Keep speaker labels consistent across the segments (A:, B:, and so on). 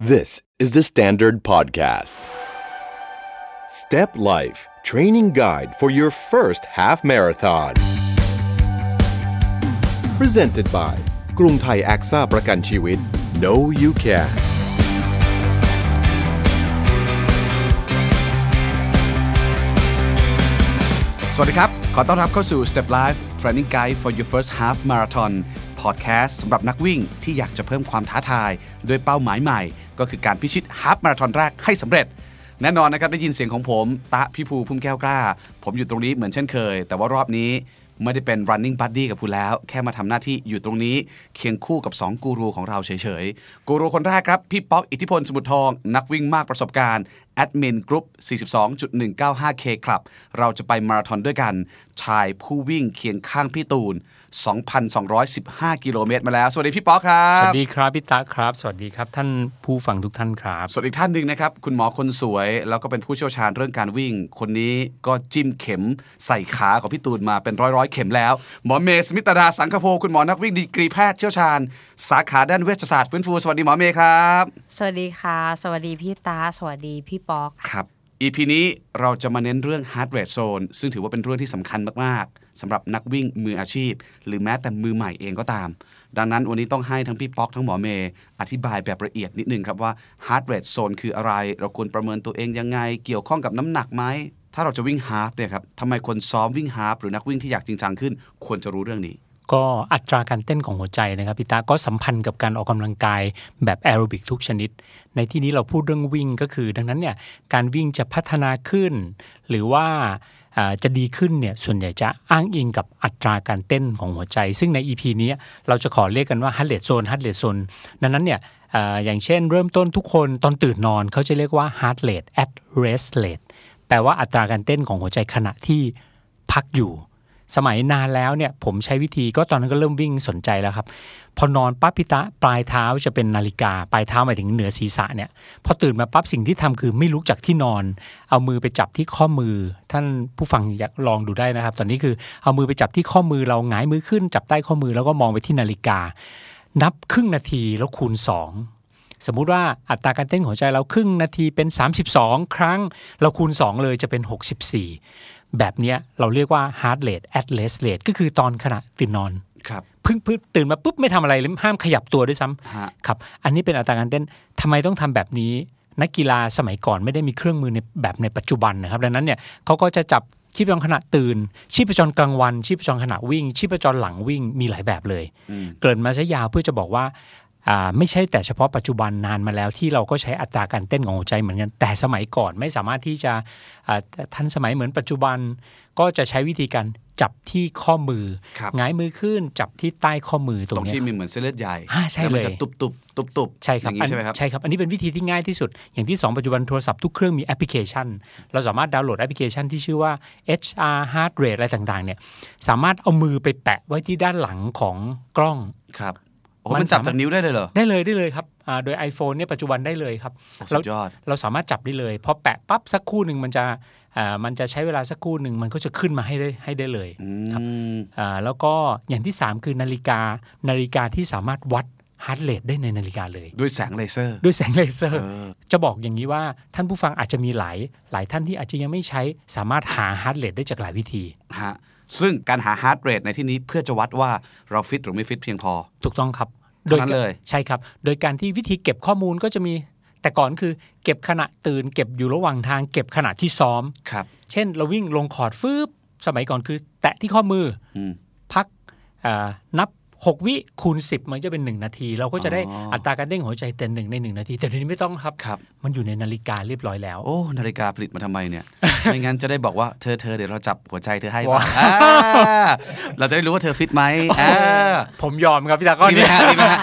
A: This is the Standard Podcast. Step Life Training Guide for your first half marathon. Presented by กรุงไทยแอคซ่าประกันชีวิต No You Can
B: สวัสดีครับ ขอต้อนรับเข้าสู่ Step Life Training Guide for your first half marathon podcast สำหรับนักวิ่งที่อยากจะเพิ่มความท้าทาย ด้วยเป้าหมายใหม่ ก็คือการพิชิตฮา l f มาราธอนแรกให้สำเร็จ แน่นอนนะครับได้ยินเสียงของผม ตะพี่ภูพุ่มแก้วกล้า ผมอยู่ตรงนี้เหมือนเช่นเคย แต่ว่ารอบนี้ไม่ได้เป็น running buddy กับคุณแล้ว แค่มาทำหน้าที่อยู่ตรงนี้เคียงคู่กับ 2 กูรูของเราเฉยๆ กูรูคนแรกครับพี่ป๊อกอิทธิพลสมุทรทอง นักวิ่งมากประสบการณ์ แอดมินกรุ๊ป 42.195K ครับเราจะไปมาราธอนด้วยกัน ชายผู้วิ่งเคียงข้างพี่ตูน 2,215 กิโลเมตรมาแล้ว สวัสดีพี่ป๊อกครั
C: ส
B: บ
C: วัสดีครับพี่ตาครับ สวัสดีครับท่านผู้ฟังทุกท่านครับ
B: ส่วนอีกท่านหนึ่งนะครับ คุณหมอคนสวย แล้วก็เป็นผู้เชี่ยวชาญเรื่องการวิ่ง คนนี้ก็จิ้มเข็มใส่ขาของพี่ตูนมาเป็นร้อยร้อยๆเข็มแล้ว หมอเมย์สมิตราสังคโพคุณหมอนักวิ่งดีกรีแพทย์เชี่ยวชาญ สาขาด้านเวชศาสตร์ฟื้นฟูสวัสดีหมอเมย์ครับ
D: สวัสดีค่ะ สวัสดีพี่ตา สวัสดีพี่ป๊อก
B: ครับ EP นี้เราจะมาเน้นเรื่อง heart rate zone ซึ่งถือว่าเป็นเรื่องที่สำคัญมาก ๆสำหรับนักวิ่งมืออาชีพ หรือแม้แต่มือใหม่เองก็ตาม ดังนั้นวันนี้ต้องให้ทั้งพี่ป๊อกทั้งหมอเมย์อธิบายแบบละเอียดนิดนึงครับว่า heart rate zone คืออะไร เราควรประเมินตัวเองยังไง เกี่ยวข้องกับน้ำหนักไหม ถ้าเราจะวิ่ง half เนี่ยครับทำไมคนซ้อมวิ่ง half หรือนักวิ่งที่อยากจริงจังขึ้น ควรจะรู้เรื่องนี้
C: ก็อัตราการเต้นของหัวใจนะครับพี่ตาก็สัมพันธ์กับการออกกำลังกายแบบแอโรบิกทุกชนิด ในที่นี้เราพูดเรื่องวิ่งก็คือ ดังนั้นเนี่ยการวิ่งจะพัฒนาขึ้น หรือว่าอ่าจะดีขึ้นเนี่ยส่วนใหญ่จะอ้างอิงกับอัตราการเต้นของหัวใจ ซึ่งใน EP นี้เราจะขอเรียกกันว่า heart rate zone heart rate zone ดังนั้นเนี่ยอ่าอย่างเช่นเริ่มต้นทุกคนตอนตื่นนอนเขาจะเรียกว่า heart rate at rest rate แปลว่าอัตราการเต้นของหัวใจขณะที่พักอยู่ สมัยนานแล้วเนี่ยผมใช้วิธีก็ตอนนั้นก็เริ่มวิ่งสนใจแล้วครับ พอนอนปั๊บพิตะปลายเท้าจะเป็นนาฬิกา ปลายเท้าหมายถึงเหนือศีรษะเนี่ยพอตื่นมาปั๊บสิ่งที่ทำคือไม่ลุกจากที่นอน เอามือไปจับที่ข้อมือ ท่านผู้ฟังอยากลองดูได้นะครับ ตอนนี้คือเอามือไปจับที่ข้อมือเราหงายมือขึ้น จับใต้ข้อมือแล้วก็มองไปที่นาฬิกา นับครึ่งนาทีแล้วคูณ 2 สมมุติว่าอัตราการเต้นของหัวใจเราครึ่งนาทีเป็น 32 ครั้ง เราคูณ 2 เลยจะเป็น 64 แบบเนี้ยเราเรียกว่า heart rate at rest rate ก็คือตอนขณะตื่นนอน
B: ครับ
C: เพึ่งพึ่งตื่นมาปุ๊บไม่ทำอะไรเลยห้ามขยับตัวด้วยซ้ำ
B: ฮะ
C: ครับ อันนี้เป็นอัตราการเต้น ทำไมต้องทำแบบนี้ นักกีฬาสมัยก่อนไม่ได้มีเครื่องมือในแบบในปัจจุบันนะครับ ดังนั้นเนี่ยเขาก็จะจับชีพจรขณะตื่น ชีพจรกลางวัน ชีพจรขณะวิ่ง ชีพจรหลังวิ่ง มีหลายแบบเลย
B: อืม
C: เกรินมาซะยาวเพื่อจะบอกว่าอ่า ไม่ใช่แต่เฉพาะปัจจุบันนานมาแล้วที่เราก็ใช้อัตราการเต้นของหัวใจเหมือนกัน แต่สมัยก่อนไม่สามารถที่จะอ่าทันสมัยเหมือนปัจจุบัน ก็จะใช้วิธีการจับที่ข้อมือ
B: ครับ
C: หงายมือขึ้น จับที่ใต้ข้อมือตร
B: ตรง ง
C: เนี้ย
B: ที่มีเหมือนเส้นเลือดใหญ่
C: อ่าใช่
B: แล้วมัน
C: เลย
B: จะตุบตุบตุบตุบๆ
C: ใช่ครับ
B: อย่างนี้ใช่ไหมครับ
C: อันใช่ครับ อันนี้เป็นวิธีที่ง่ายที่สุด อย่างที่ 2 ปัจจุบันโทรศัพท์ทุกเครื่องมีแอปพลิเคชัน เราสามารถดาวน์โหลดแอปพลิเคชันที่ชื่อว่า HR Heart Rate อะไรต่างๆ เนี่ย สามารถเอามือไปแปะไว้ที่ด้านหลังของกล้อง
B: ครับโอ้
C: มัน
B: มันจับ
C: สามารถ
B: จากนิ้วได้เลยเหรอ
C: ได้เลยได้เลยครับอ่าโดย iPhone เนี่ยปัจจุบันได้เลยครับ
B: โอ้
C: เรา
B: สุดยอด
C: เราสามารถจับได้เลยพอแปะปั๊บสักครู่หนึ่งมันจะอ่ามันจะใช้เวลาสักครู่หนึ่งมันก็จะขึ้นมาให้ได้ให้ได้เลย
B: อื
C: ครับ
B: ม
C: อ่าแล้วก็อย่างที่สามคือนาฬิกานาฬิกาที่สามารถวัด heart rate ได้ในนาฬิกาเลย
B: ด้วยแสงเลเซอร์
C: ด้วยแสงเลเซอ
B: เอ
C: ร์
B: อ
C: จะบอกอย่างนี้ว่าท่านผู้ฟังอาจจะมีหลาย หลายท่านที่อาจจะยังไม่ใช้สามารถหาฮาร์ดเรทได้จากหลายวิธี
B: ฮะซึ่งการหาฮาร์ดเรทในที่นี้เพื่อจะวัดว่าเราฟิตหรือไม่ฟิตเพียงพอ
C: ถูกต้องครับ
B: เท่านั้น
C: โด
B: เลย
C: ใช่ครับ โดยการที่วิธีเก็บข้อมูลก็จะมี แต่ก่อนคือเก็บขณะตื่น เก็บอยู่ระหว่างทาง เก็บขณะที่ซ้อม
B: ครับ
C: เช่น เราวิ่งลงคอร์ดฟืบสมัยก่อนคือ แตะที่ข้อมือ
B: อืม
C: พักเอ่อนับ 6 วิคูณ 10 มันจะเป็น 1 นาที เราก็จะได้
B: อ๋ออั
C: อัตราการเด้งหัวใจเต้นหนึ่งในหนึ่งนาที แต่ทีนี้ไม่ต้องครับ
B: ครับ
C: มันอยู่ในนาฬิกาเรียบร้อยแล้ว
B: โอ้ นาฬิกาผลิตมาทำไมเนี่ย ไม่งั้นจะได้บอกว่าเธอเธอเดี๋ยวเราจับหัวใจเธอให้ป่ะ
C: ว้าว
B: อ่าเราจะได้รู้ว่าเธอฟิตไหมอ่า
C: ผมยอมครับพี่ตาก้อน
B: ดีไหม
C: นี้
B: ฮะดีไหมฮะ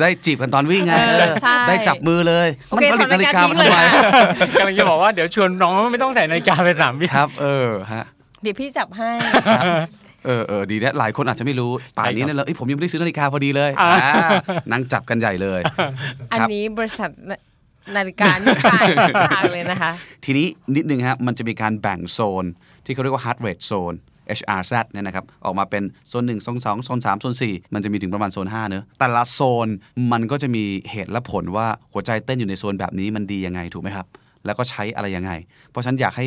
B: ได้จีบกันตอนวิ่งไง
D: เออ
B: เออ
D: ใช่
B: ได้จับมือเลย
D: โอเค
B: มันผลิตนาฬิกา
D: ถอด
B: มาน
D: นา
B: ทำ
D: ฬิกาทิ้ง
B: ไม
D: เลย
C: กำลังจะบอกว่าเดี๋ยวชวนน้องไม่ต้องใส่นาฬิกาไปสนามบิน
B: ครับ เออฮะ
D: เดี๋ยวพี่จับให้
B: เออเออดีนะหลายคนอาจจะไม่รู้ป่านนี้เนี่ยเลยเอ้ยผมยังไม่ได้ซื้อนาฬิกาพอดีเลย
C: อ่า
B: อ่านั่งจับกันใหญ่เลย
D: อันนี้บริษัทนาฬิกาไม่จ่ายต่างเลยนะคะ
B: ทีนี้นิดนึงฮะมันจะมีการแบ่งโซนที่เขาเรียกว่า heart rate zone HRZ เนี่ยนะครับออกมาเป็นโซน1โซน2โซน3โซน4 มันจะมีถึงประมาณโซน 5 เนอะแต่ละโซนมันก็จะมีเหตุและผลว่าหัวใจเต้นอยู่ในโซนแบบนี้มันดียังไงถูกไหมครับ แล้วก็ใช้อะไรยังไง เพราะฉะนันอยากให้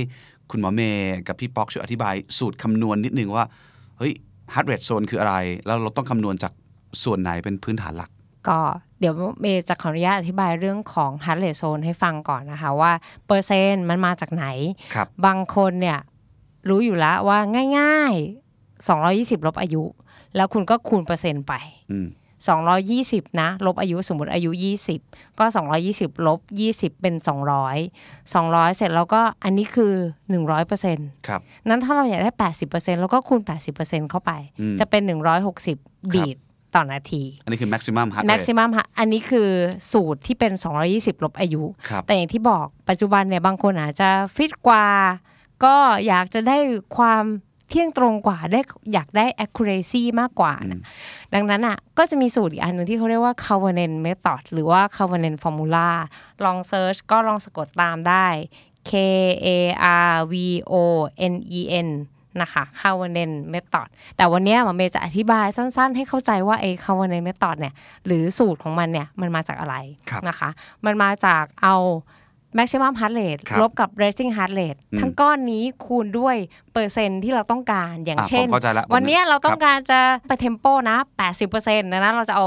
B: คุณหมอเมย์กับพี่ป๊อกช่วยอธิบายสูตรคำนวณนิดนึงว่าเฮ้ยฮาร์ดเรทโซนคืออะไร แล้วเราต้องคำนวณจากส่วนไหนเป็นพื้นฐานหลัก
D: ก็เดี๋ยวเมย์จะขออนุญาตอธิบายเรื่องของฮาร์ดเรทโซนให้ฟังก่อนนะคะว่าเปอร์เซ็นต์มันมาจากไหน
B: ครับ
D: บางคนเนี่ยรู้อยู่แล้วว่าง่าย ๆ 220 ลบอายุ แล้วคุณก็คูณเปอร์เซ็นต์ไป
B: อืม
D: 220 นะ ลบอายุสมมติอายุ 20 ก็ 220 ลบ 20 เป็น 200 200 เสร็จแล้วก็อันนี้คือ 100%
B: ครับ
D: นั้นถ้าเราอยากได้ 80%แล้วก็คูณ 80%เข้าไป
B: อืม
D: จะเป็น 160 บีดต่อนาที
B: อันนี้คือ maximum heart rate
D: maximum ฮะอันนี้คือสูตรที่เป็น 220 ลบอายุ
B: ครับ
D: แต่อย่างที่บอกปัจจุบันเนี่ยบางคนอาจจะฟิตกว่า ก็อยากจะได้ความเที่ยงตรงกว่าได้อยากได้ accuracy มากกว่านะดังนั้นอ่ะก็จะมีสูตรอีกอันหนึ่งที่เขาเรียกว่า Covenant method หรือว่า Covenant formula ลอง search ก็ลองสะกดตามได้ K A R V O N E N นะคะ Covenant method แต่วันเนี้ยหมอเมย์จะอธิบายสั้นๆ ให้เข้าใจว่าไอ้ Covenant method เนี่ยหรือสูตรของมันเนี่ยมันมาจากอะไร
B: ครับ
D: นะคะ มันมาจากเอา maximum heart rate
B: ครับ
D: ลบกับ resting heart rate
B: อืม
D: ทั้งก้อนนี้คูณด้วยเปอร์เซ็นต์ที่เราต้องการอย่าง
B: อ่ะ
D: เช่
B: ผ
D: น
B: มเข้าใจแล้ว
D: วันเนี้ยเราต้อ
B: ค
D: ง
B: บ
D: การจะไปเทมโปนะ 80%นะนะเราจะเอา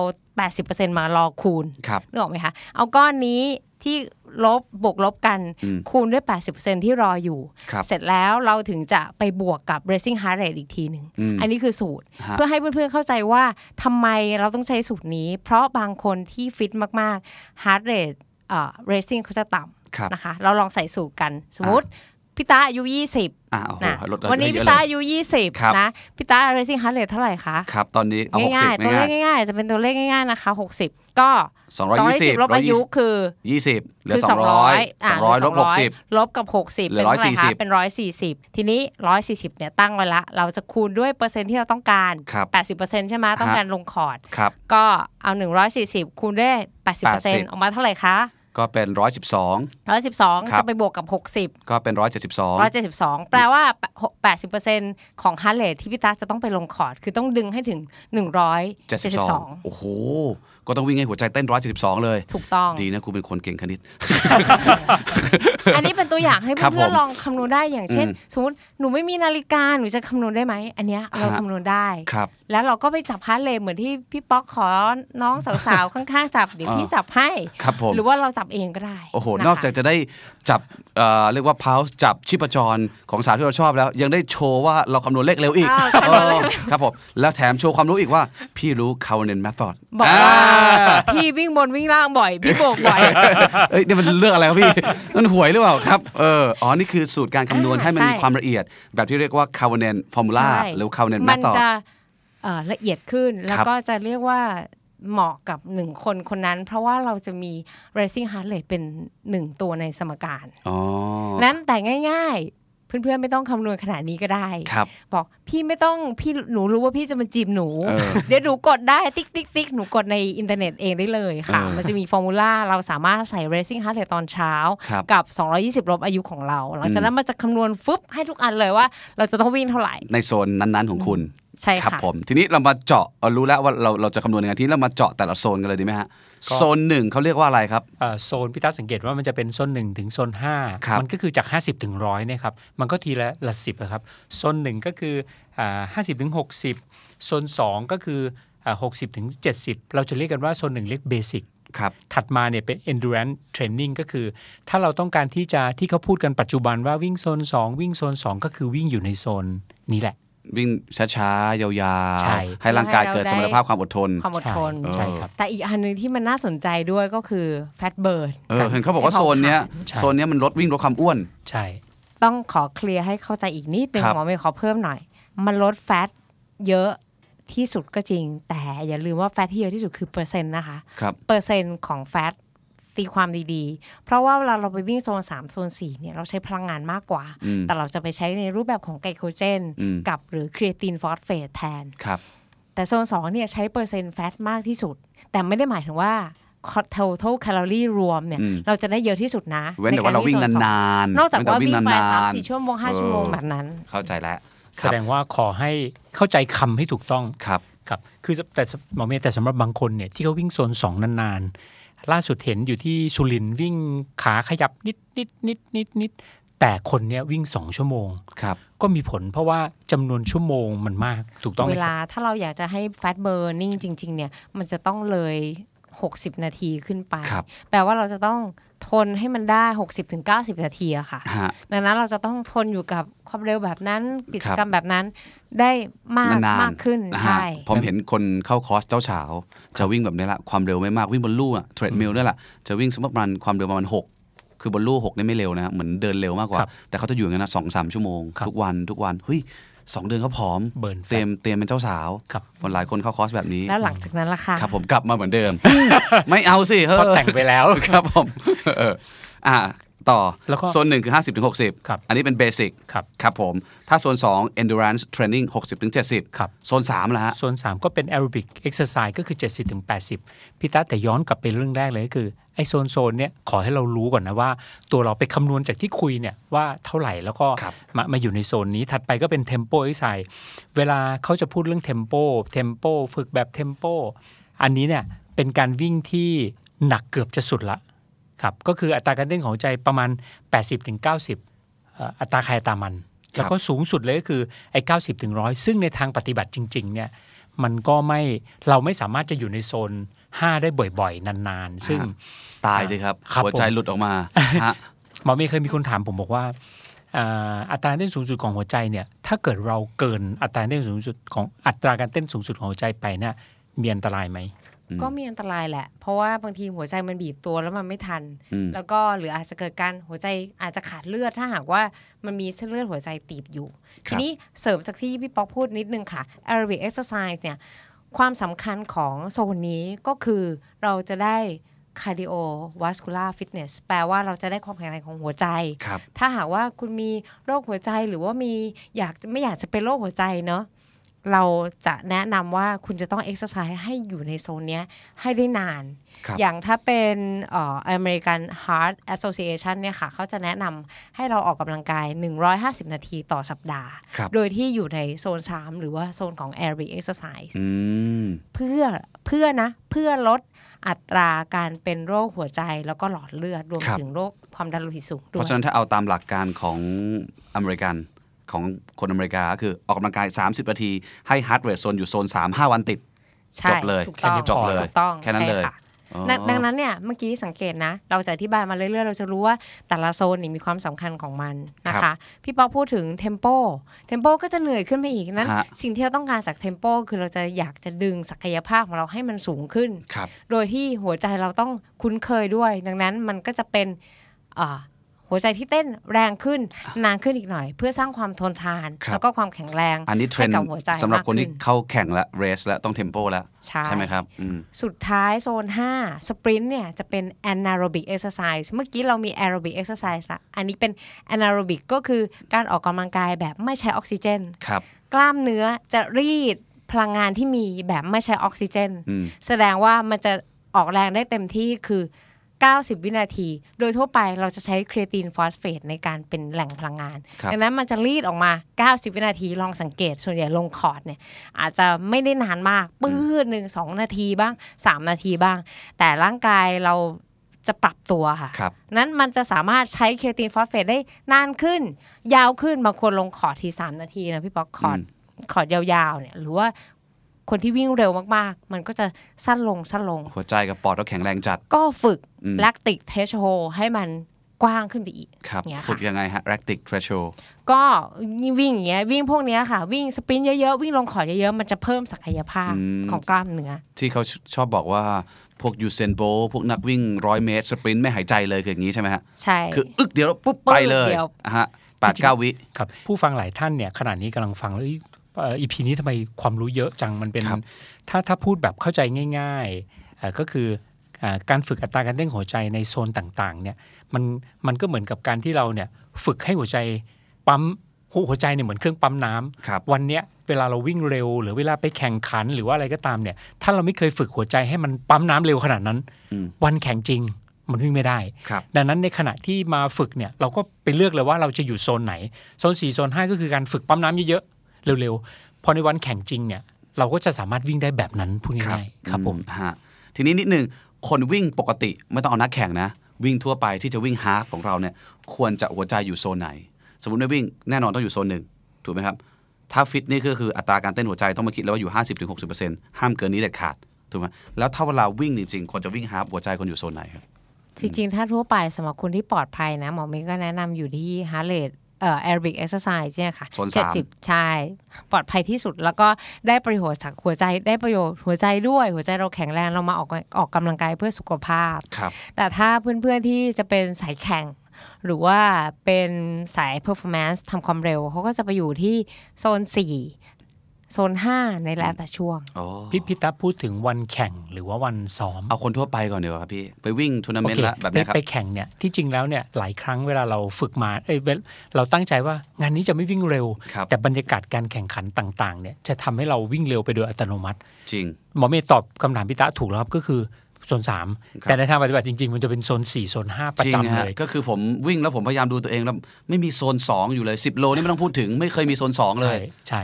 D: 80%มารอคูณ
B: ครับ
D: นึกออกไหมคะ เอาก้อนนี้ที่ลบบวกลบกัน
B: อืม
D: คูณด้วย 80%ที่รออยู่
B: ครับ
D: เสร็จแล้วเราถึงจะไปบวกกับ racing heart rate อีกทีหนึ่ง
B: อืม
D: อันนี้คือสูตร
B: ฮะ
D: เพื่อให้เพื่อนๆเข้าใจว่าทำไมเราต้องใช้สูตรนี้ เพราะบางคนที่ฟิตมากๆ heart rate เอ่อ racing เขาจะต่
B: ครับ
D: ำนะคะ เราลองใส่สูตรกัน สมมติพี่ตาอายุ 20
B: อ่าโอ้โห
D: นะ
B: ลดลด
D: วันนี้
B: เยอะ
D: พี่
B: เล
D: ตาย อายุ
B: ครับ
D: 20นะพี่ตา racing heart rate เท่าไหร่คะ
B: ครับ ตอนนี้เอา
D: ง่าย
B: 60
D: ๆ ตัวเล
B: ง่า
D: ข
B: ย
D: ง่ายๆ จะเป็นตัวเลขง่ายๆ นะคะ 60 ก็
B: ๆ220
D: ลบอายุคือ
B: 20เหลือ
D: คื
B: 200
D: ะ
B: 200ลบ
D: เหลือ
B: 60
D: ลบกับ 60
B: เหลื
D: เป็
B: อน
D: เท่าไหร่คะ
B: 140
D: เป็น 140 ทีนี้ 140 เนี่ยตั้งไว้ละ เราจะคูณด้วยเปอร์เซ็นต์ที่เราต้องการ
B: ครับ
D: 80%ใช่ไหมต้องการลงคอร์ด
B: ครับ
D: ก็เอา 140 คูณด้วย 80%อ
B: 80
D: อกมาเท่าไหร่คะ
B: ก็เป็น 112 ครั
D: 112
B: บ
D: จะไปบวกกับ 60
B: ก็เป็น 172
D: 172 แปลว่า 80%ของฮาร์เรทที่พี่ตาจะต้องไปลงคอร์ด คือต้องดึงให้ถึง
B: 72
D: 172
B: โอ้โห ก็ต้องวิ่งให้หัวใจเต้น 172 เลย
D: ถูกต้อง
B: ดีนะกูเป็นคนเก่งคณิต
D: อันนี้เป็นตัวอย่างให้
B: ครับ
D: เพื่อ
B: ผ
D: น
B: ม
D: ๆลองคำนวณได้อย่างเช่น
B: อืม
D: สมมติหนูไม่มีนาฬิกาหนูจะคำนวณได้ไหมอันเนี้ยเรา
B: ฮะ
D: คำนวณได้
B: ครับ
D: แล้วเราก็ไปจับฮาร์ทเรทเหมือนที่พี่ป๊อกขอน้องสาวๆ ข้างๆจับเดี๋ยว
B: อ่า
D: พี่จับให้
B: ครับผม
D: หรือว่าเราจับเองก็ได้
B: โอ้โห
D: ะคะ
B: นอกจากจะได้จับเอ่อเรียกว่าพาวส์จับชีพจรของสาวที่เราชอบแล้ว ยังได้โชว์ว่าเราคำนวณเลขเร็วอีก
D: าวคำนวณเลขเร็ว
B: เออครับผม แล้วแถมโชว์ความรู้อีกว่า พี่รู้ c o w n a n method
D: บอก
B: า
D: ว่าพี่วิ่งบนวิ่งล่างบ่อย พี่โบกบ่อย
B: เอ้ยนี่มันเรื่องอะไรครับพี่ นั่นหวยหรือเปล่าครับเอออ๋อ นี่คือสูตรการคำนวณ
D: อ่า
B: ให้มัน
D: ใช่
B: มีความละเอียด แบบที่เรียกว่า c o w n a n formula
D: ใช่
B: หรือ c o w n a n
D: มัน
B: method
D: จะเอ่อละเอียดขึ้นแล้วก็จะเรียกว่าเหมาะกับหนึ่งคนคนนั้น เพราะว่าเราจะมี racing heart rate เป็นหนึ่งตัวในสมการ
B: อ๋อ
D: นั้นแต่ง่ายๆ เพื่อนๆ ไม่ต้องคำนวณขนาดนี้ก็ได้
B: ครับ
D: บอกพี่ไม่ต้องพี่หนูรู้ว่าพี่จะมาจีบหนู
B: เออ
D: เดี๋ยวหนูกดได้ติ๊กติ๊กติ๊กหนูกดในอินเทอร์เน็ตเองได้เลยค่ะ
B: เออ
D: มันจะมีฟอร์มูล่าเราสามารถใส่ racing heart rate ตอนเช้า
B: ครับ
D: กับ 220 ลบอายุของเรา หลังจากนั้นมันจะคำนวณฟึบให้ทุกอันเลยว่า เราจะต้องวิ่งเท่าไหร่
B: ในโซนนั้นๆของคุณ
D: ใช่
B: ครั
D: ค่ะ
B: ผม ทีนี้เรามาเจาะเอารู้แล้วว่าเราเราจะคำนวณยังไงทีนี้เรามาเจาะแต่ละโซนกันเลยดีไหมฮะ โซนหนึ่งเขาเรียกว่าอะไรครับ
C: เอ่อโซนพี่ตาสังเกตว่ามันจะเป็นโซน1ถึงโซน
B: ครับ
C: 5มันก็คือจาก 50ถึง100เนี่ยครับมันก็ทีละละสิบอะครับโซน1ก็คือห้าสิบถึงหกสิบโซน2ก็คือหกสิบถึงเจ็ดสิบเราจะเรียกกันว่าโซน1เรียกเบสิก
B: ครับ
C: ถัดมาเนี่ยเป็น endurance training ก็คือ ถ้าเราต้องการที่จะที่เขาพูดกันปัจจุบันว่าวิ่งโซน 2 วิ่งโซน 2 ก็คือวิ่งอยู่ในโซนนี้แหละ
B: วิ่งช้าๆ ยาว
C: ใช่
B: ๆ ให้ร่างกายเกิดสมรรถภาพความอดทน
D: ความอดทน
C: ใช่ใช่ครับ
D: แต่อีกอันหนึงที่มันน่าสนใจด้วยก็คือ fat burn
B: เออเห็นเขาบอกว่าโซนเนี้ย
C: ใช่
B: โซนเนี้ยมันลดวิ่งลดความอ้วน
C: ใช่
D: ต้องขอเคลียร์ให้เข้าใจอีกนิดนึง
B: ครับ
D: หมอเมย์ขอเพิ่มหน่อย มันลดแฟตเยอะที่สุดก็จริง แต่อย่าลืมว่าแฟตที่เยอะที่สุดคือเปอร์เซ็นต์นะคะ
B: ครับ
D: เปอร์เซ็นต์ของแฟตตีความดีๆ เพราะว่าเวลาเราไปวิ่งโซน 3 โซน 4 เนี่ย เราใช้พลังงานมากกว่า
B: อืม
D: แต่เราจะไปใช้ในรูปแบบของไกลโคเจน
B: อืม
D: กับหรือครีเอตินฟอสเฟตแทน
B: ครับ
D: แต่โซน 2 เนี่ย ใช้เปอร์เซ็นต์แฟตมากที่สุด แต่ไม่ได้หมายถึงว่า total calorie รวมเนี่ย
B: อืม
D: เราจะได้เยอะที่สุดนะ
B: เว้นแต่ว่าเราวิ่ง
D: ใโซสอ
B: นานๆ
D: นอกจาก
B: เแต่
D: ว่าวิ่งไป
B: นน
D: สาม
B: ๆ
D: สี่ชั่วโมงห้า
B: เออ
D: ชั่วโมงแบบนั้น
B: เข้าใจแล้ว
C: แสดงว่าขอให้เข้าใจคำให้ถูกต้อง
B: ครับ
C: ครับ คือแต่หมอเมย์แต่สำหรับบางคนเนี่ยที่เขาวิ่งโซนสองนานๆ ล่าสุดเห็นอยู่ที่สุรินทร์วิ่งขาขยับนิดนิดนิดนิดนิดแต่คนเนี้ยวิ่งสองชั่วโมง
B: ครับ
C: ก็มีผลเพราะว่าจำนวนชั่วโมงมันมากถูกต้องไหมค
D: เว
C: รับ
D: ลาถ้าเราอยากจะให้แฟตเบ r ร์นิ่งจริง ๆ เนี่ย มันจะต้องเลย 60 นาทีขึ้นไป
B: ครับ
D: แปลว่าเราจะต้องทนให้มันได้ 60-90ถึง90 นาทีอะค่ะ
B: ฮะ
D: ดังนั้นเราจะต้องทนอยู่กับความเร็วแบบนั้นกิจ
B: ครับ
D: กรรมแบบนั้นได้มาก
B: นานๆ
D: มากขึ้น
B: อ่า
D: ใช่
B: ผมเห็นคนเข้าคอร์สเจ้าเช้าจะวิ่งแบบนี้ละ ความเร็วไม่มากวิ่งบนลู่อะเทรดมิลนี่แหละจะวิ่งสมมติประมาณความเร็วประมาณ 6 คือบนลู่6นี่ไม่เร็วนะเหมือนเดินเร็วมากกว่า แต่เขาจะอยู่อย่างนั้นนะสองสามชั่วโมง
C: ครับ
B: ทุกวันทุกวันเฮ้ยสองเดือนเขาผอม
C: เบิร์นแฟต
B: เตรียมเตรียมเป็นเจ้าสาว
C: ครับ
B: คนหลายคนเข้าคอร์สแบบนี้
D: แล้วหลังจากนั้นล่ะค่ะ
B: ครับผมกลับมาเหมือนเดิม ไม่เอาสิเฮ้
C: เพราะแต่งไปแล้ว
B: ครับผมเอออ่าต่อ
C: แล้วก็
B: โซนหนึ่งคือ 50-60ถึง60
C: ครับ
B: อันนี้เป็นเบสิก
C: ครับ
B: ครับผม ถ้าโซน 2 endurance training 60ถึง70
C: ครับ
B: โซน3แล้วฮะ
C: ส่วน 3 ก็เป็นแอโรบิกเอ็กซ์ไซส์ก็คือ 70-80ถึง80พี่ตาแต่ย้อนกลับไปเรื่องแรกเลยก็คือ ไอโซนโซนเนี่ยขอให้เรารู้ก่อนนะว่า ตัวเราไปคำนวณจากที่คุยเนี่ยว่าเท่าไหร่แล้วก็
B: ครับ
C: มามาอยู่ในโซนนี้ถัดไปก็เป็นเทมโปเอ็กซ์ไซส์เวลาเขาจะพูดเรื่องเทมโปเทมโปฝึกแบบเทมโปอันนี้เนี่ยเป็นการวิ่งที่หนักเกือบจะสุดละครับก็คืออัตราการเต้นของหัวใจประมาณ 80-90ถึง90เอ่ออัตราใครอัตรามัน
B: ครับ
C: แล้วก็สูงสุดเลยก็คือไอ้เก้าสิบถึงร้อยซึ่งในทางปฏิบัติจริงๆเนี่ยมันก็ไม่เราไม่สามารถจะอยู่ในโซน 5 ได้บ่อยๆ นานๆ ซึ่ง
B: ตายสิครับ
C: ครับ
B: หัวใจ
C: ผม
B: หลุดออกมาฮะ
C: หมอเมย์เคยมีคนถามผมบอกว่าอ่าอัตราการเต้นสูงสุดของหัวใจเนี่ยถ้าเกิดเราเกินอัตราการเต้นสูงสุดของอัตราการเต้นสูงสุดของหัวใจไปเนี่ยมีอันตรายไหม
B: อืม
D: ก็มีอันตรายแหละ เพราะว่าบางทีหัวใจมันบีบตัวแล้วมันไม่ทัน
B: อืม
D: แล้วก็หรืออาจจะเกิดการหัวใจอาจจะขาดเลือดถ้าหากว่ามันมีเส้นเลือดหัวใจตีบอยู่
B: ครับ
D: ทีนี้เสริมจากที่พี่ป๊อกพูดนิดนึงค่ะ aerobic exercise เนี่ยความสำคัญของโซนนี้ก็คือเราจะได้ cardiovascular fitness แปลว่าเราจะได้ความแข็งแรงของหัวใจ
B: ครับ
D: ถ้าหากว่าคุณมีโรคหัวใจหรือว่ามีอยากไม่อยากจะเป็นโรคหัวใจเนอะเราจะแนะนำว่าคุณจะต้องเอ็กซ์ไซส์ให้อยู่ในโซนเนี้ยให้ได้นาน
B: ครับ
D: อย่างถ้าเป็นเอ่อ American Heart Association เนี่ยค่ะเขาจะแนะนำให้เราออกกำลังกาย 150 นาทีต่อสัปดาห์
B: ครับ
D: โดยที่อยู่ในโซน 3 หรือว่าโซนของ aerobic exercise
B: อืม
D: เพื่อเพื่อนะเพื่อลดอัตราการเป็นโรคหัวใจแล้วก็หลอดเลือดรวม
B: ครับ
D: ถึงโรคความดันโลหิตสูง
B: เพ
D: ด้วย
B: ราะฉะนั้นถ้าเอาตามหลักการของอเมริกันของคนอเมริกาก็คือออกกำลังกาย 30นาที ให้ฮาร์ดเรทโซนอยู่โซน 3 5 วันติด
D: ใช่
B: จบเลย
D: ถูกต้อง
B: จบเลย
D: ถูกต้อง
B: แค่นั้น
D: ใช่
B: เลย
D: ค่ะ
B: อ๋อ
D: ดังดังนั้นเนี่ยเมื่อกี้สังเกตนะ เราจะอธิบายมาเรื่อยๆ เราจะรู้ว่าแต่ละโซนนี่มีความสำคัญของมันนะ
B: ครั
D: คะ
B: บ
D: พี่ป๊อกพูดถึงเทมโปเทมโปก็จะเหนื่อยขึ้นไปอีกนั้น
B: ฮะ
D: สิ่งที่เราต้องการจากเทมโปคือเราจะอยากจะดึงศักยภาพของเราให้มันสูงขึ้น
B: ครับ
D: โดยที่หัวใจเราต้องคุ้นเคยด้วย ดังนั้นมันก็จะเป็นอ่าหัวใจที่เต้นแรงขึ้นนานขึ้นอีกหน่อย เพื่อสร้างความทนทาน
B: ครับ
D: แล้วก็ความแข็งแรง
B: อันนี้เทรนด์
D: ให้กับหัวใจ
B: สำหรับคนที่
D: มากขึ้
B: เข้าแข่งและเรสและต้องเทมโปแล้ว
D: ใช่
B: ใช่ไหมครับอืม
D: สุดท้ายโซน 5 สปรินต์เนี่ยจะเป็น anaerobic exercise เมื่อกี้เรามี aerobic exercise ละอันนี้เป็น anaerobic ก็คือการออกกำลังกายแบบไม่ใช้ออกซิเจน
B: ครับ
D: กล้ามเนื้อจะรีดพลังงานที่มีแบบไม่ใช้ออกซิเจน
B: อืม
D: แสดงว่ามันจะออกแรงได้เต็มที่คือ 90 วินาที โดยทั่วไปเราจะใช้ครีเอตินฟอสเฟตในการเป็นแหล่งพลังงาน
B: ครับ
D: ดังนั้นมันจะรีดออกมา 90 วินาทีลองสังเกต ส่วนใหญ่ลงคอร์ดเนี่ยอาจจะไม่ได้นานมากปื้ดหนึ่งสองนาทีบ้าง 3 นาทีบ้าง แต่ร่างกายเราจะปรับตัวค่ะ
B: ครับ
D: นั้นมันจะสามารถใช้เคราตินฟอสเฟตได้นานขึ้น ยาวขึ้นบางคนลงคอร์ดที 3 นาทีนะพี่ป๊อกคอร์ด
B: อืม
D: คอร์ดยาวๆเนี่ยหรือว่าคนที่วิ่งเร็วมากๆ มันก็จะสั้นลงสั้นลง
B: หัวใจกับปอดก็แข็งแรงจัด
D: ก็ฝึก
B: อืม
D: แลคติกเทชโฮให้มันกว้างขึ้นไปอีก
B: ครับ
D: เนี่ยค่ะ
B: ฝึกยังไงฮะ lactic threshold
D: ก็วิ่งอย่างเงี้ยวิ่งพวกเนี้ยค่ะ วิ่งสปรินต์เยอะๆ วิ่งลงคอร์ดเยอะๆ มันจะเพิ่มศักยภาพ
B: อืม
D: ของกล้ามเนื้อ
B: ที่เขาชอบบอกว่าพวกยูเซนโบพวกนักวิ่งร้อยเมตร สปรินต์ไม่หายใจเลยคืออย่างนี้ใช่ไหมฮะ
D: ใช่
B: คืออึกเดียวแล้วปุ๊บไปเลย
D: เดียว
B: อ่ะฮะแปดเก้าวิ
C: ครับผู้ฟังหลายท่านเนี่ยขณะนี้กำลังฟังแล้วอีพีนี้ทำไมความรู้เยอะจังมันเป็น
B: ครับ
C: ถ้าถ้าพูดแบบเข้าใจง่ายๆเอ่อก็คือเอ่อการฝึกอัตราการเต้นของหัวใจในโซนต่างๆเนี่ยมันมันก็เหมือนกับการที่เราเนี่ยฝึกให้หัวใจปั๊มหัวหัวใจเนี่ยเหมือนเครื่องปั๊มน้ำ
B: ครับ
C: วันเนี้ยเวลาเราวิ่งเร็ว หรือเวลาไปแข่งขันหรือว่าอะไรก็ตามเนี่ยถ้าเราไม่เคยฝึกหัวใจให้มันปั๊มน้ำเร็วขนาดนั้น
B: อืม
C: วันแข่งจริงมันวิ่งไม่ได้
B: ครับ
C: ดังนั้นในขณะที่มาฝึกเนี่ยเราก็ไปเลือกเลยว่าเราจะอยู่โซนไหน โซน4โซน 5 ก็คือการฝึกปั๊มน้ำเยอะ เร็วๆ พอในวันแข่งจริงเนี่ย เราก็จะสามารถวิ่งได้แบบนั้นพูดง่ายๆครับผม
B: อืฮะทีนี้นิดนึงคนวิ่งปกติไม่ต้องเอานักแข่งนะ วิ่งทั่วไปที่จะวิ่งฮาฟของเราเนี่ยควรจะหัวใจอยู่โซนไหน สมมติว่าวิ่งแน่นอนต้องอยู่โซนหนึ่งถูกไหมครับ ถ้าฟิตนี่ก็คืออัตราการเต้นหัวใจต้องมาคิดแล้วว่าอยู่ 50-60%ห้ามเกินนี้เด็ดขาดถูกไหมแล้วถ้าเวลาวิ่งจริงๆควรจะวิ่งฮาฟหัวใจควรอยู่โซนไหนครับ
D: จริงๆ ถ้าทั่วไปสำหรับคนที่ปลอดภัยนะ หมอเมย์ก็แนะนำอยู่ที่ฮาร์เรทเอ่อแอโรบิกเอ็กซ์ไซส์เนี่ยค่ะ
B: โซนสาม
D: เจ็ดสิบใช่ ปลอดภัยที่สุดแล้วก็ได้ประโยชน์จากหัวใจได้ประโยชน์หัวใจด้วย หัวใจเราแข็งแรงเรามาออกออกกำลังกายเพื่อสุขภาพ
B: ครับ
D: แต่ถ้าเพื่อนๆที่จะเป็นสายแข่ง หรือว่าเป็นสาย performance ทำความเร็วเขาก็จะไปอยู่ที่โซน 4 โซน 5 ในแล้วแต่ช่วง
C: พี่พิตาพูดถึงวันแข่งหรือว่าวันซ้อม
B: เอาคนทั่วไปก่อนเดี๋ยวาครับพี่ ไปวิ่งทัวร์นาเมน
C: โอ
B: ต์
C: ค
B: ละแบบเนี้ยครับ
C: ไปแข่งเนี่ยที่จริงแล้วเนี่ยหลายครั้งเวลาเราฝึกมาเอ้ยเวลเราตั้งใจว่างานนี้จะไม่วิ่งเร็ว
B: ครับ
C: แต่บรรยากาศการแข่งขันต่างๆเนี่ยจะทำให้เราวิ่งเร็วไปโดยอัตโนมัติ
B: จริง
C: หมอเมย์ตอบคำถามพิตะถูกแล้วครับก็คือโซนสาม
B: ครับ
C: แต่ในทางปฏิบัติจริง ๆ มันจะเป็นโซน4โซน5ประ
B: จริง
C: จำ
B: ฮะ
C: เลย
B: ก็คือผมวิ่งแล้วผมพยายามดูตัวเองแล้วไม่มีโซน 2 อยู่เลย 10 โลนี่ไม่ต้องพูดถึงไม่เคยมีโซน 2 เลย
C: ใช่ใช่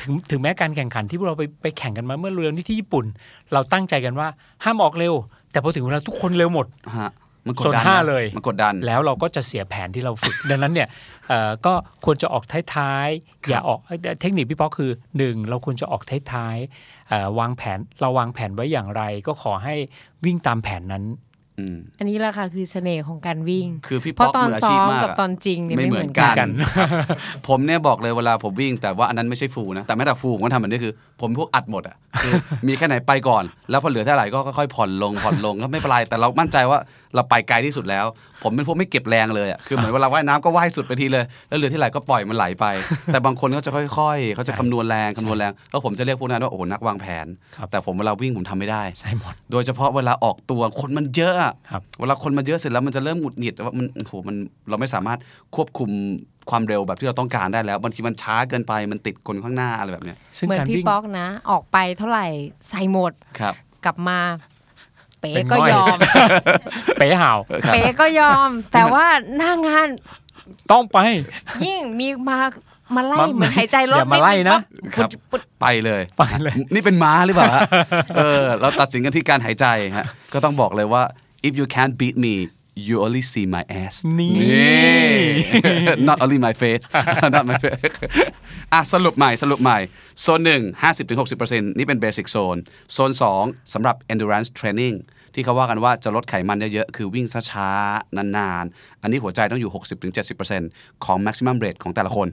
C: ถึงถึงแม้การแข่งขันที่พวกเราไปไปแข่งกันมาเมื่อเร็วนี้ที่ญี่ปุ่น เราตั้งใจกันว่าห้ามออกเร็ว แต่พอถึงเวลาทุกคนเร็วหมด
B: ฮะ มันกด
C: โซน
B: ดัน
C: ห้า
B: นะ
C: เลย
B: มันกดดัน
C: แล้วเราก็จะเสียแผนที่เราฝึก ดังนั้นเนี่ยเอ่อก็ควรจะออกท้ายๆอย่าออกเอ่อเทคนิคพี่ป๊อกคือ 1 เราควรจะออกท้ายๆเอ่อวางแผนเราวางแผนไว้อย่างไร ก็ขอให้วิ่งตามแผนนั้น
B: อืม
D: อันนี้แหละค่ะคือเสน่ห์ของการวิ่ง
B: คือพี่
D: เพ
B: ป๊อ
D: ราะ
B: ก
D: ตอน
B: มืออา
D: ซ้
B: ชี
D: อ
B: พ
D: ม
B: มาก
D: กับ
B: อะ
D: ตอนจริงเนี่ย
B: ไม่
D: ไม่
B: เห
D: เห
B: มื
D: มื
B: อ
D: อน น
B: กั
D: กัน น
B: ครับผมเนี่ยบอกเลยเวลาผมวิ่ง แต่ว่าอันนั้นไม่ใช่ฟูลนะ แต่แม้แต่ฟูลผมก็ทำแบบนี้คือ ผมพวกอัดหมดอ่ะคือ มีแค่ไหนไปก่อน แล้วพอเหลือเท่าไหร่ก็ค่อยๆผ่อนลงผ่อนลงแล้วไม่เป็นไรแต่เรามั่นใจว่าเราไปไกลที่สุดแล้ว ผมเป็นพวกไม่เก็บแรงเลยอ่ะคือเหมือนเวลาว่ายน้ำก็ว่ายสุดไปทีเลย แล้วเหลือที่ไหลก็ปล่อยมันไหลไป แต่บางคนเขาจะค่อยๆเขาจะคำนวณแรงคำนวณแรงแล้วผมจะเรียกพวกนั้นว่าโอ้โหนักวางแผน
C: ครับ
B: แต่ผมเวลาวิ่งผมทำไม่ได้
C: ใช่หมด
B: โดยเฉพาะเวลาออกตัวคนมันเยอะอะ
C: ครับ
B: เวลาคนมันเยอะเสร็จแล้วมันจะเริ่มหงุดหงิดว่ามันโอ้โหมันเราไม่สามารถควบคุมความเร็วแบบที่เราต้องการได้แล้วบางทีมันช้าเกินไปมันติดคนข้างหน้าอะไรแบบเนี้ย
C: ซึ่ง
D: เหมือน
C: การ
D: พี่
C: วิ่ง
D: ป๊อกนะ ออกไปเท่าไหร่ใส่หมด
B: ครับ
D: กลับมา เป๋
C: เป็น
D: ก็
C: ง่อย
D: ยอม
C: เป๊ะห่าว
B: ครับ
D: เป๋ก็ยอม แต่ว่าหน้างาน
C: ต้องไป
D: ยิ่งมีมามาไล่
C: มา
D: เหมือนหายใจล
C: อ
D: ด
C: ย่ามาไล่นะ
B: ครั
D: ปั๊
B: บ
D: บปุ๊บปุ๊บ
B: ไปเลย
C: ไปเลย
B: นี่เป็นม้าหรือเปล่าฮะ เออเราตัดสินกันที่การหายใจฮะก็ต้องบอกเลยว่า if you can't beat me you only see my ass
C: นี่
B: not only my face not my face อ่ะสรุปใหม่สรุปใหม่ โซนหนึ่ง50ถึง60%นี่เป็นเบสิ c โซน โซน 2สำหรับ endurance training ที่เขาว่ากันว่าจะลดไขมันเยอะๆ คือวิ่งช้าๆ นานๆ อันนี้หัวใจต้องอยู่ 60ถึง70%ของ maximum rate ของแต่ละคน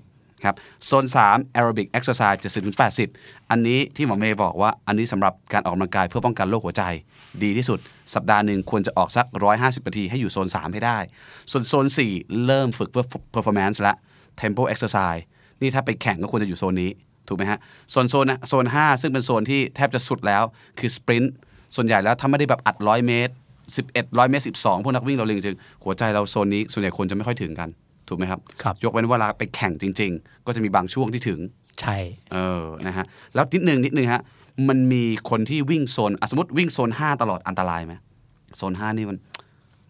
B: ครับ โซน 3 aerobic exercise 70ถึง80 อันนี้ที่หมอเมย์บอกว่าอันนี้สำหรับการออกกำลังกายเพื่อป้องกันโรคหัวใจ ดีที่สุด สัปดาห์หนึ่งควรจะออกสัก 150 นาทีให้อยู่โซน 3 ให้ได้ ส่วนโซน 4 เริ่มฝึกเพื่อ performance ละ tempo exercise นี่ถ้าไปแข่งก็ควรจะอยู่โซนนี้ ถูกไหมฮะ ส่วนโซนนะโซน 5 ซึ่งเป็นโซนที่แทบจะสุดแล้วคือสปรินต์ส่วนใหญ่แล้วถ้าไม่ได้แบบอัด 100 เมตร 11 100 เมตร 12 พวกนักวิ่งเราเล็งจริงๆหัวใจเราโซนนี้ส่วนใหญ่คนจะไม่ค่อยถึงกัน ถูกไหมครับ
C: ครับ
B: ยกเว้นเวลาไปแข่งจริง ๆ ก็จะมีบางช่วงที่ถึง
C: ใช่
B: เออ นะฮะ แล้วนิดนึงนิดนึงฮะ มันมีคนที่วิ่งโซนอ่ะสมมติวิ่งโซน 5 ตลอดอันตรายไหมโซน 5 นี่มัน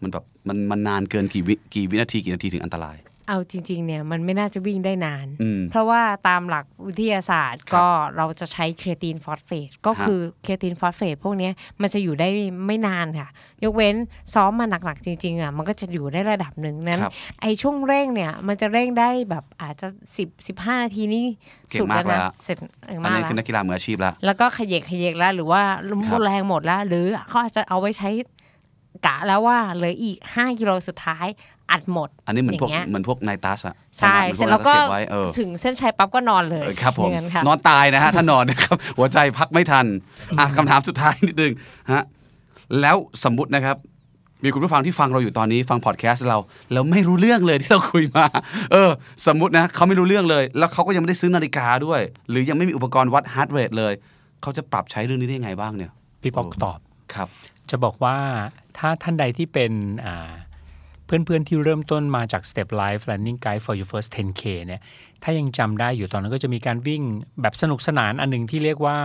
B: มันแบบ มันมันนานเกินกี่วิกี่วินาทีกี่นาทีถึงอันตราย
D: เอาจริง ๆ เนี่ยมันไม่น่าจะวิ่งได้นาน
B: อืม
D: เพราะว่าตามหลักวิทยาศาสตร์ก็เราจะใช้เคต i นฟอสเฟตก็
B: ฮะ
D: คือเคต i นฟอสเฟตพวกเนี้ยมันจะอยู่ได้ไม่นานค่ะ ยกเว้นซ้อมมาหนัก ๆ จริง ๆ อ่ะ มันก็จะอยู่ได้ระดับหนึ่งนั้น
B: ครับ
D: ไอช่วงเร่งเนี่ย มันจะเร่งได้แบบอาจจะ 10 15 นาทีนี่
B: เก่ง
D: สุดแล้ว
B: มากแล้
D: นะ
B: ว
D: เสร็จเก่ง
B: อัน
D: มาก
B: นี้น
D: แล้
B: คื
D: ว
B: อนักกีฬามืออาชีพละ
D: แล้วก็ขยเยกขยเยกแล้วหรือว่า
B: ค
D: ห
B: รั
D: ม
B: บ
D: ดแรงหมดแล้ว หรือเขาอาจจะเอาไว้ใช้กะแล้วว่าเหลืออีก 5 กิโลสุดท้ายอัดหมด
B: อันนี้เหมือนพวก
D: ย่างงี้ย
B: เหมือนพวกนายตัสอะ
D: ใช่
B: ไหมหมือนพ
D: เสร็จแล้วก็
B: นายตัสเก็บไว้เออ
D: ถึงเส้นชัยปั๊บก็นอนเลย
B: เออครับผม
D: ย่างนั้นค่ะ
B: นอนตายนะฮะ ถ้านอนนะครับ หัวใจพักไม่ทันอ่ะคำถามสุดท้ายนิดนึงฮะแล้วสมมตินะครับ มีคุณผู้ฟังที่ฟังเราอยู่ตอนนี้ฟังพอดแคสต์เราแล้วไม่รู้เรื่องเลยที่เราคุยมา เออ สมมตินะเขาไม่รู้เรื่องเลย แล้วเขาก็ยังไม่ได้ซื้อนาฬิกาด้วย หรือยังไม่มีอุปกรณ์วัดฮาร์ดเรทเลยเขาจะปรับใช้เรื่องนี้ได้ยังไงบ้างเนี่ย
C: พี่ป๊อก
B: โอ้
C: ตอบ
B: ครับ
C: จะบอกว่าถ้าท่านใดที่เป็นอ่าเพื่อนๆที่เริ่มต้นมาจาก Step Life Running Guide for Your First 10K เนี่ยถ้ายังจำได้อยู่ตอนนั้นก็จะมีการวิ่งแบบสนุกสนานอันหนึ่งที่เรียกว่า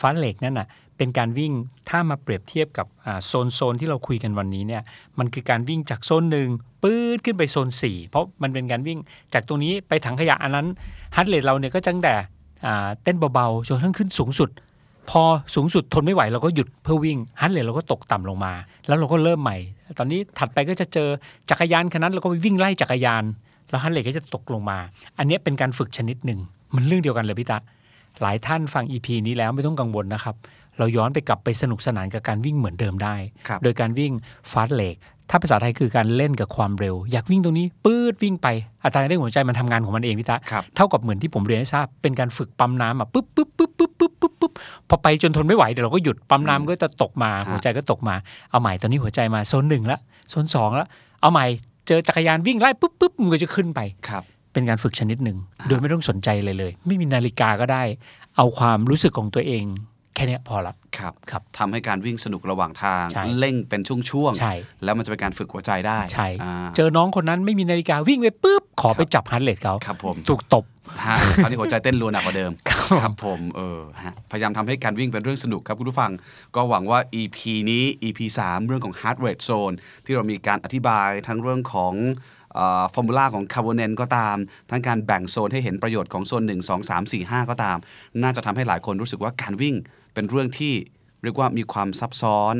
C: ฟ้าเหล็กนั่นน่ะ เป็นการวิ่งถ้ามาเปรียบเทียบกับอ่าโซนโซนที่เราคุยกันวันนี้เนี่ยมันคือการวิ่งจากโซนหนึ่งปื๊ดขึ้นไปโซน 4 เพราะมันเป็นการวิ่งจากตรงนี้ไปถังขยะอันนั้นฮาร์ดเรทเราเนี่ยก็จังแต่อ่าเต้นเบาๆจนกระทั้งขึ้นสูงสุด พอสูงสุดทนไม่ไหวเราก็หยุดเพื่อวิ่งฮาร์ดเรทเราก็ตกต่ำลงมา แล้วเราก็เริ่มใหม่ ตอนนี้ถัดไปก็จะเจอจักรยานคันนั้นเราก็ไปวิ่งไล่จักรยาน แล้วฮาร์ดเรทก็จะตกลงมา อันเนี้ยเป็นการฝึกชนิดหนึ่ง มันเรื่องเดียวกันเลยพี่ตา หลายท่านฟัง EP นี้แล้วไม่ต้องกังวลนะครับ เราย้อนไปกลับไปสนุกสนานกับการวิ่งเหมือนเดิมได้
B: ครับ
C: โดยการวิ่งฟาสเลกถ้าภาษาไทยคือการเล่นกับความเร็ว อยากวิ่งตรงนี้ปื๊ดวิ่งไปอัตราการเร่งหัวใจมันทำงานของมันเองพี่ตา
B: ครับ
C: เท่ากับเหมือนที่ผมเรียนให้ทราบเป็นการฝึกปั๊มน้ำอ่ะปึ๊บปึ๊บปึ๊บปึ๊บปึ๊บปึ๊บปึ๊บพอไปจนทนไม่ไหวเดี๋ยวเราก็หยุดปั๊มน้ำก็จะตกมา
B: ฮะ
C: หัวใจก็ตกมาเอาใหม่ตอนนี้หัวใจมาโซนหนึ่งละโซนสองละเอาใหม่เจอจักรยานวิ่งไล่ปึ๊บปึ๊บมันก็จะขึ้นไป
B: ครับ
C: เป็นการฝึกชนิดหนึ่งโดยไม่ต้องสนใจเลยเลย ไม่มีนาฬิกาก็ได้ เอาความรู้สึกของตัวเอง แค่เนี้ยพอละ
B: ครับ
C: ครับ
B: ทำให้การวิ่งสนุกระหว่างทาง
C: ใช่
B: เร่งเป็นช่วง
C: ใช่
B: ๆ แล้วมันจะเป็นการฝึกหัวใจได้
C: ใช่
B: อ่า
C: เจอน้องคนนั้นไม่มีนาฬิกาวิ่งไปปุ๊บขอไป
B: ครับ
C: จับฮาร์ดเรทเขา
B: ครับผม
C: ถูกตบ
B: ฮะคราวนี้หัวใจเต้นรัวหนักกว่าเดิม
C: ครับผม
B: บผมเออฮะพยายามทำให้การวิ่งเป็นเรื่องสนุกครับคุณผู้ฟัง ก็หวังว่า EP นี้ EP 3 เรื่องของ Heart Rate Zone ที่เรามีการอธิบายทั้งเรื่องของฟอร์มูล่าของคาร์บอนเนนก็ตาม ทั้งการแบ่งโซนให้เห็นประโยชน์ของโซน 1 2 3 4 5 ก็ตาม น่าจะทำให้หลายคนรู้สึกว่าการวิ่งเป็นเรื่องที่เรียกว่ามีความซับซ้อน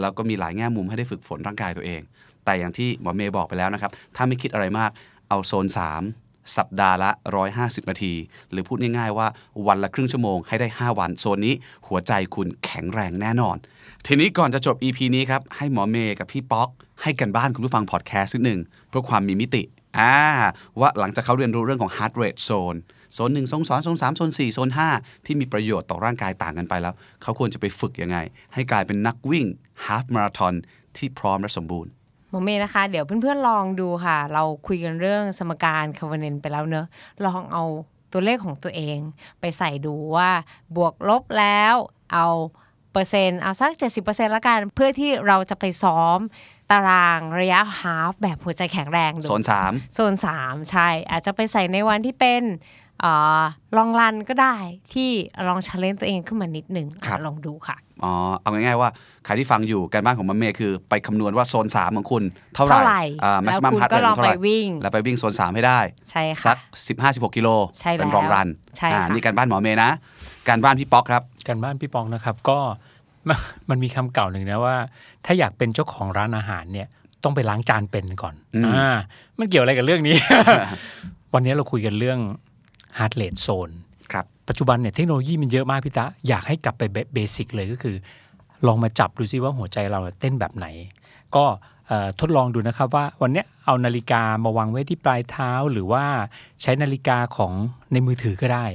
B: แล้วก็มีหลายแง่มุมให้ได้ฝึกฝนร่างกายตัวเอง แต่อย่างที่หมอเมย์บอกไปแล้วนะครับ ถ้าไม่คิดอะไรมาก เอาโซน 3 สัปดาห์ละ 150 นาที หรือพูดง่ายๆว่าวันละครึ่งชั่วโมงให้ได้ 5 วัน โซนนี้หัวใจคุณแข็งแรงแน่นอน ทีนี้ก่อนจะจบ EP นี้ครับ ให้หมอเมย์กับพี่ป๊อก ให้กันบ้านคุณผู้ฟังพอดแคสต์นิดหนึ่งเพื่อความมีมิติ อ่า ว่าหลังจากเขาเรียนรู้เรื่องของ heart rate zone โซนหนึ่งโซนสองโซนสามโซนสี่โซนห้าที่มีประโยชน์ต่อร่างกายต่างกันไปแล้ว เขาควรจะไปฝึกยังไง ให้กลายเป็นนักวิ่ง half marathon ที่พร้อมและสมบูรณ์
D: หมอเมย์นะคะ เดี๋ยวเพื่อนๆลองดูค่ะ เราคุยกันเรื่องสมการคาร์บอนเนนไปแล้วเนอะลองเอาตัวเลขของตัวเอง ไปใส่ดูว่าบวกลบแล้วเอาเปอร์เซ็นต์เอาสัก 70%ละกัน เพื่อที่เราจะไปซ้อมตารางระยะฮาฟแบบหัวใจแข็งแรงดู
B: โซนสาม
D: โซน 3 ใช่ อาจจะไปใส่ในวันที่เป็นเออลองรันก็ได้ที่ลองชาเลนตัวเองขึ้นมานิดหนึ่ง
B: ครับ
D: อ่ะลองดูค่ะ
B: อ๋อ เอาง่ายๆว่า ใครที่ฟังอยู่การบ้านของมัมเมย์คือไปคำนวณว่าโซน 3 ของคุณ เท่าไหร่
D: เท่าไหร่
B: อ่า
D: แล้ว
B: maximum
D: คุณ
B: heart
D: ก็
B: rate
D: ลอง
B: เท่า
D: ไป
B: ไหร่
D: วิ่ง
B: แล้วไปวิ่งโซน 3 ให้ได้
D: ใช่
B: สั
D: ค่ะ
B: ก 15-16 กิโล
D: ใช่แล้ว
B: เป็นรองรัน
D: ใช่ค่ะ
B: อ่านี่การบ้านหมอเมย์นะ การบ้านพี่ป๊อกครับ
C: การบ้านพี่ปองนะครับก็ มันมีคำเกล่าวหนึ่งนะว่า ถ้าอยากเป็นเจ้าของร้านอาหารเนี่ยต้องไปล้างจานเป็นก่อน
B: อืม
C: อ่ามันเกี่ยวอะไรกับเรื่องนี้ วันนี้เราคุยกันเรื่อง heart rate zone
B: ครับ
C: ปัจจุบันเนี่ยเทคโนโลยีมันเยอะมากพี่ตะ อยากให้กลับไปเบสิกเลยก็คือ ลองมาจับดูซิว่าหัวใจเราเต้นแบบไหน ก็เอ่อทดลองดูนะครับว่าวันเนี้ยเอานาฬิกามาวางไว้ที่ปลายเท้าหรือว่าใช้นาฬิกาของในมือถือก็ได้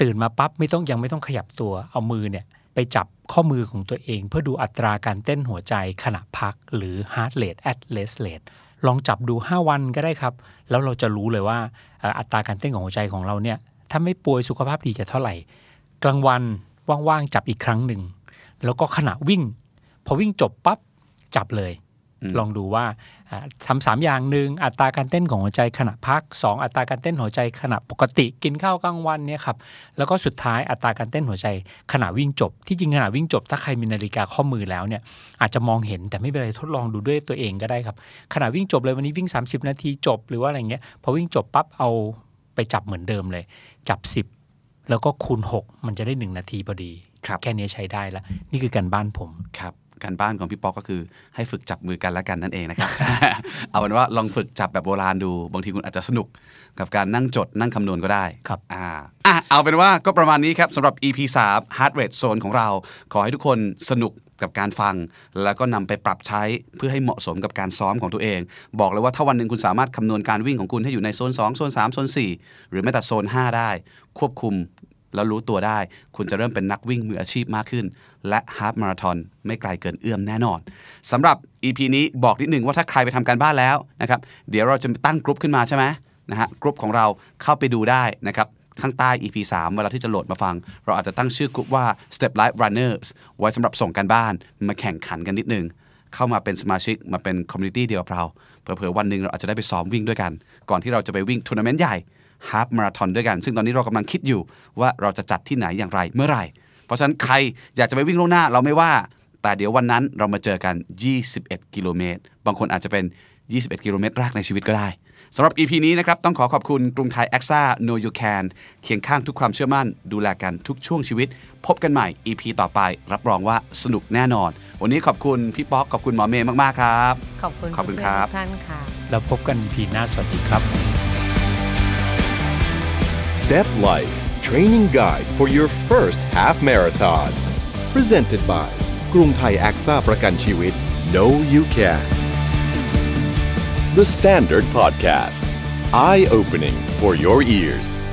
C: ตื่นมาปั๊บไม่ต้องยังไม่ต้องขยับตัวเอามือเนี่ยไปจับข้อมือของตัวเอง เพื่อดูอัตราการเต้นหัวใจขณะพักหรือ heart rate at rest rate ลองจับดู 5 วันก็ได้ครับ แล้วเราจะรู้เลยว่าเอ่ออัตราการเต้นของหัวใจของเราเนี่ย ถ้าไม่ป่วยสุขภาพดีจะเท่าไหร่ กลางวันว่างๆจับอีกครั้งหนึ่ง แล้วก็ขณะวิ่ง พอวิ่งจบปั๊บจับเลย
B: อืม
C: ลองดูว่าอ่าทำสามอย่างหนึ่งอัตราการเต้นของหัวใจขณะพักสองอัตราการเต้นหัวใจขณะปกติกินข้าวกลางวันเนี่ยครับแล้วก็สุดท้ายอัตราการเต้นหัวใจขณะวิ่งจบ ที่จริงขณะวิ่งจบ ถ้าใครมีนาฬิกาข้อมือแล้วเนี่ยอาจจะมองเห็นแต่ไม่เป็นไรทดลองดูด้วยตัวเองก็ได้ครับขณะวิ่งจบเลยวันนี้วิ่ง 30 นาทีจบหรือว่าอะไรเงี้ยพอวิ่งจบปั๊บเอาไปจับเหมือนเดิมเลย จับ 10 แล้วก็คูณ 6 มันจะได้ 1 นาทีพอดี
B: ครับ
C: แค่นี้ใช้ได้แล้ว นี่คือการบ้านผม
B: ครับ การบ้านของพี่ป๊อกก็คือให้ฝึกจับมือกันและกันนั่นเองนะครับ เอาเป็นว่าลองฝึกจับแบบโบราณดู บางทีคุณอาจจะสนุกกับการนั่งจดนั่งคำนวณก็ได้
C: ครับ
B: อ่าอ่ะเอาเป็นว่าก็ประมาณนี้ครับสำหรับ EP 3 Heart Rate Zone ของเรา ขอให้ทุกคนสนุกกับการฟัง แล้วก็นำไปปรับใช้เพื่อให้เหมาะสมกับการซ้อมของตัวเอง บอกเลยว่าถ้าวันหนึ่งคุณสามารถคำนวณการวิ่งของคุณให้อยู่ในโซน2โซน3โซน4 หรือแม้แต่โซน 5 ได้ ควบคุม แล้วรู้ตัวได้ คุณจะเริ่มเป็นนักวิ่งมืออาชีพมากขึ้น และฮาล์ฟมาราทอนไม่ไกลเกินเอื้อมแน่นอนสำหรับ EP นี้บอกนิดหนึ่งว่าถ้าใครไปทำการบ้านแล้วนะครับ เดี๋ยวเราจะตั้งกรุ๊ปขึ้นมาใช่ไหมนะฮะกรุ๊ปของเราเข้าไปดูได้นะครับ ข้างใต้ EP 3 เวลาที่จะโหลดมาฟัง เราอาจจะตั้งชื่อกรุ๊ปว่า Step Life Runners ไว้สำหรับส่งการบ้านมาแข่งขันกันนิดหนึง เข้ามาเป็นสมาชิกมาเป็นคอมมูนิตี้เดียวกับเราเผื่อๆวันหนึ่งเราอาจจะได้ไปซ้อมวิ่งด้วยกัน ก่อนที่เราจะไปวิ่งทัวร์นาเมนต์ใหญ่ฮาล์ฟมาราธอนด้วยกัน ซึ่งตอนนี้เรากำลังคิดอยู่ว่าเราจะจัดที่ไหนอย่างไรเมื่อไหร่ เพราะฉะนั้นใครอยากจะไปวิ่งล่วงหน้าเราไม่ว่า แต่เดี๋ยววันนั้นเรามาเจอกัน 21 กิโลเมตร บางคนอาจจะเป็น 21 กิโลเมตรแรกในชีวิตก็ได้สำหรับ EP นี้นะครับ ต้องขอขอบคุณกรุงไทยแอคซ่า Know You Can เคียงข้างทุกความเชื่อมั่น ดูแลกันทุกช่วงชีวิต พบกันใหม่ EP ต่อไป รับรองว่าสนุกแน่นอน วันนี้ขอบคุณพี่ป๊อกขอบคุณหมอเมย์มากๆครับ
D: ขอบคุณ
B: ขอบคุณ
D: เพื่นๆ
B: ครับ
D: ทุกท่านค่ะ
C: แล้วพบกันพีหน้าสวัสดีครับ
A: Step Life Training Guide for your first half marathon. Presented by กรุงไทย AXA ประกันชีวิต No You Can The Standard Podcast Eye Opening for Your Ears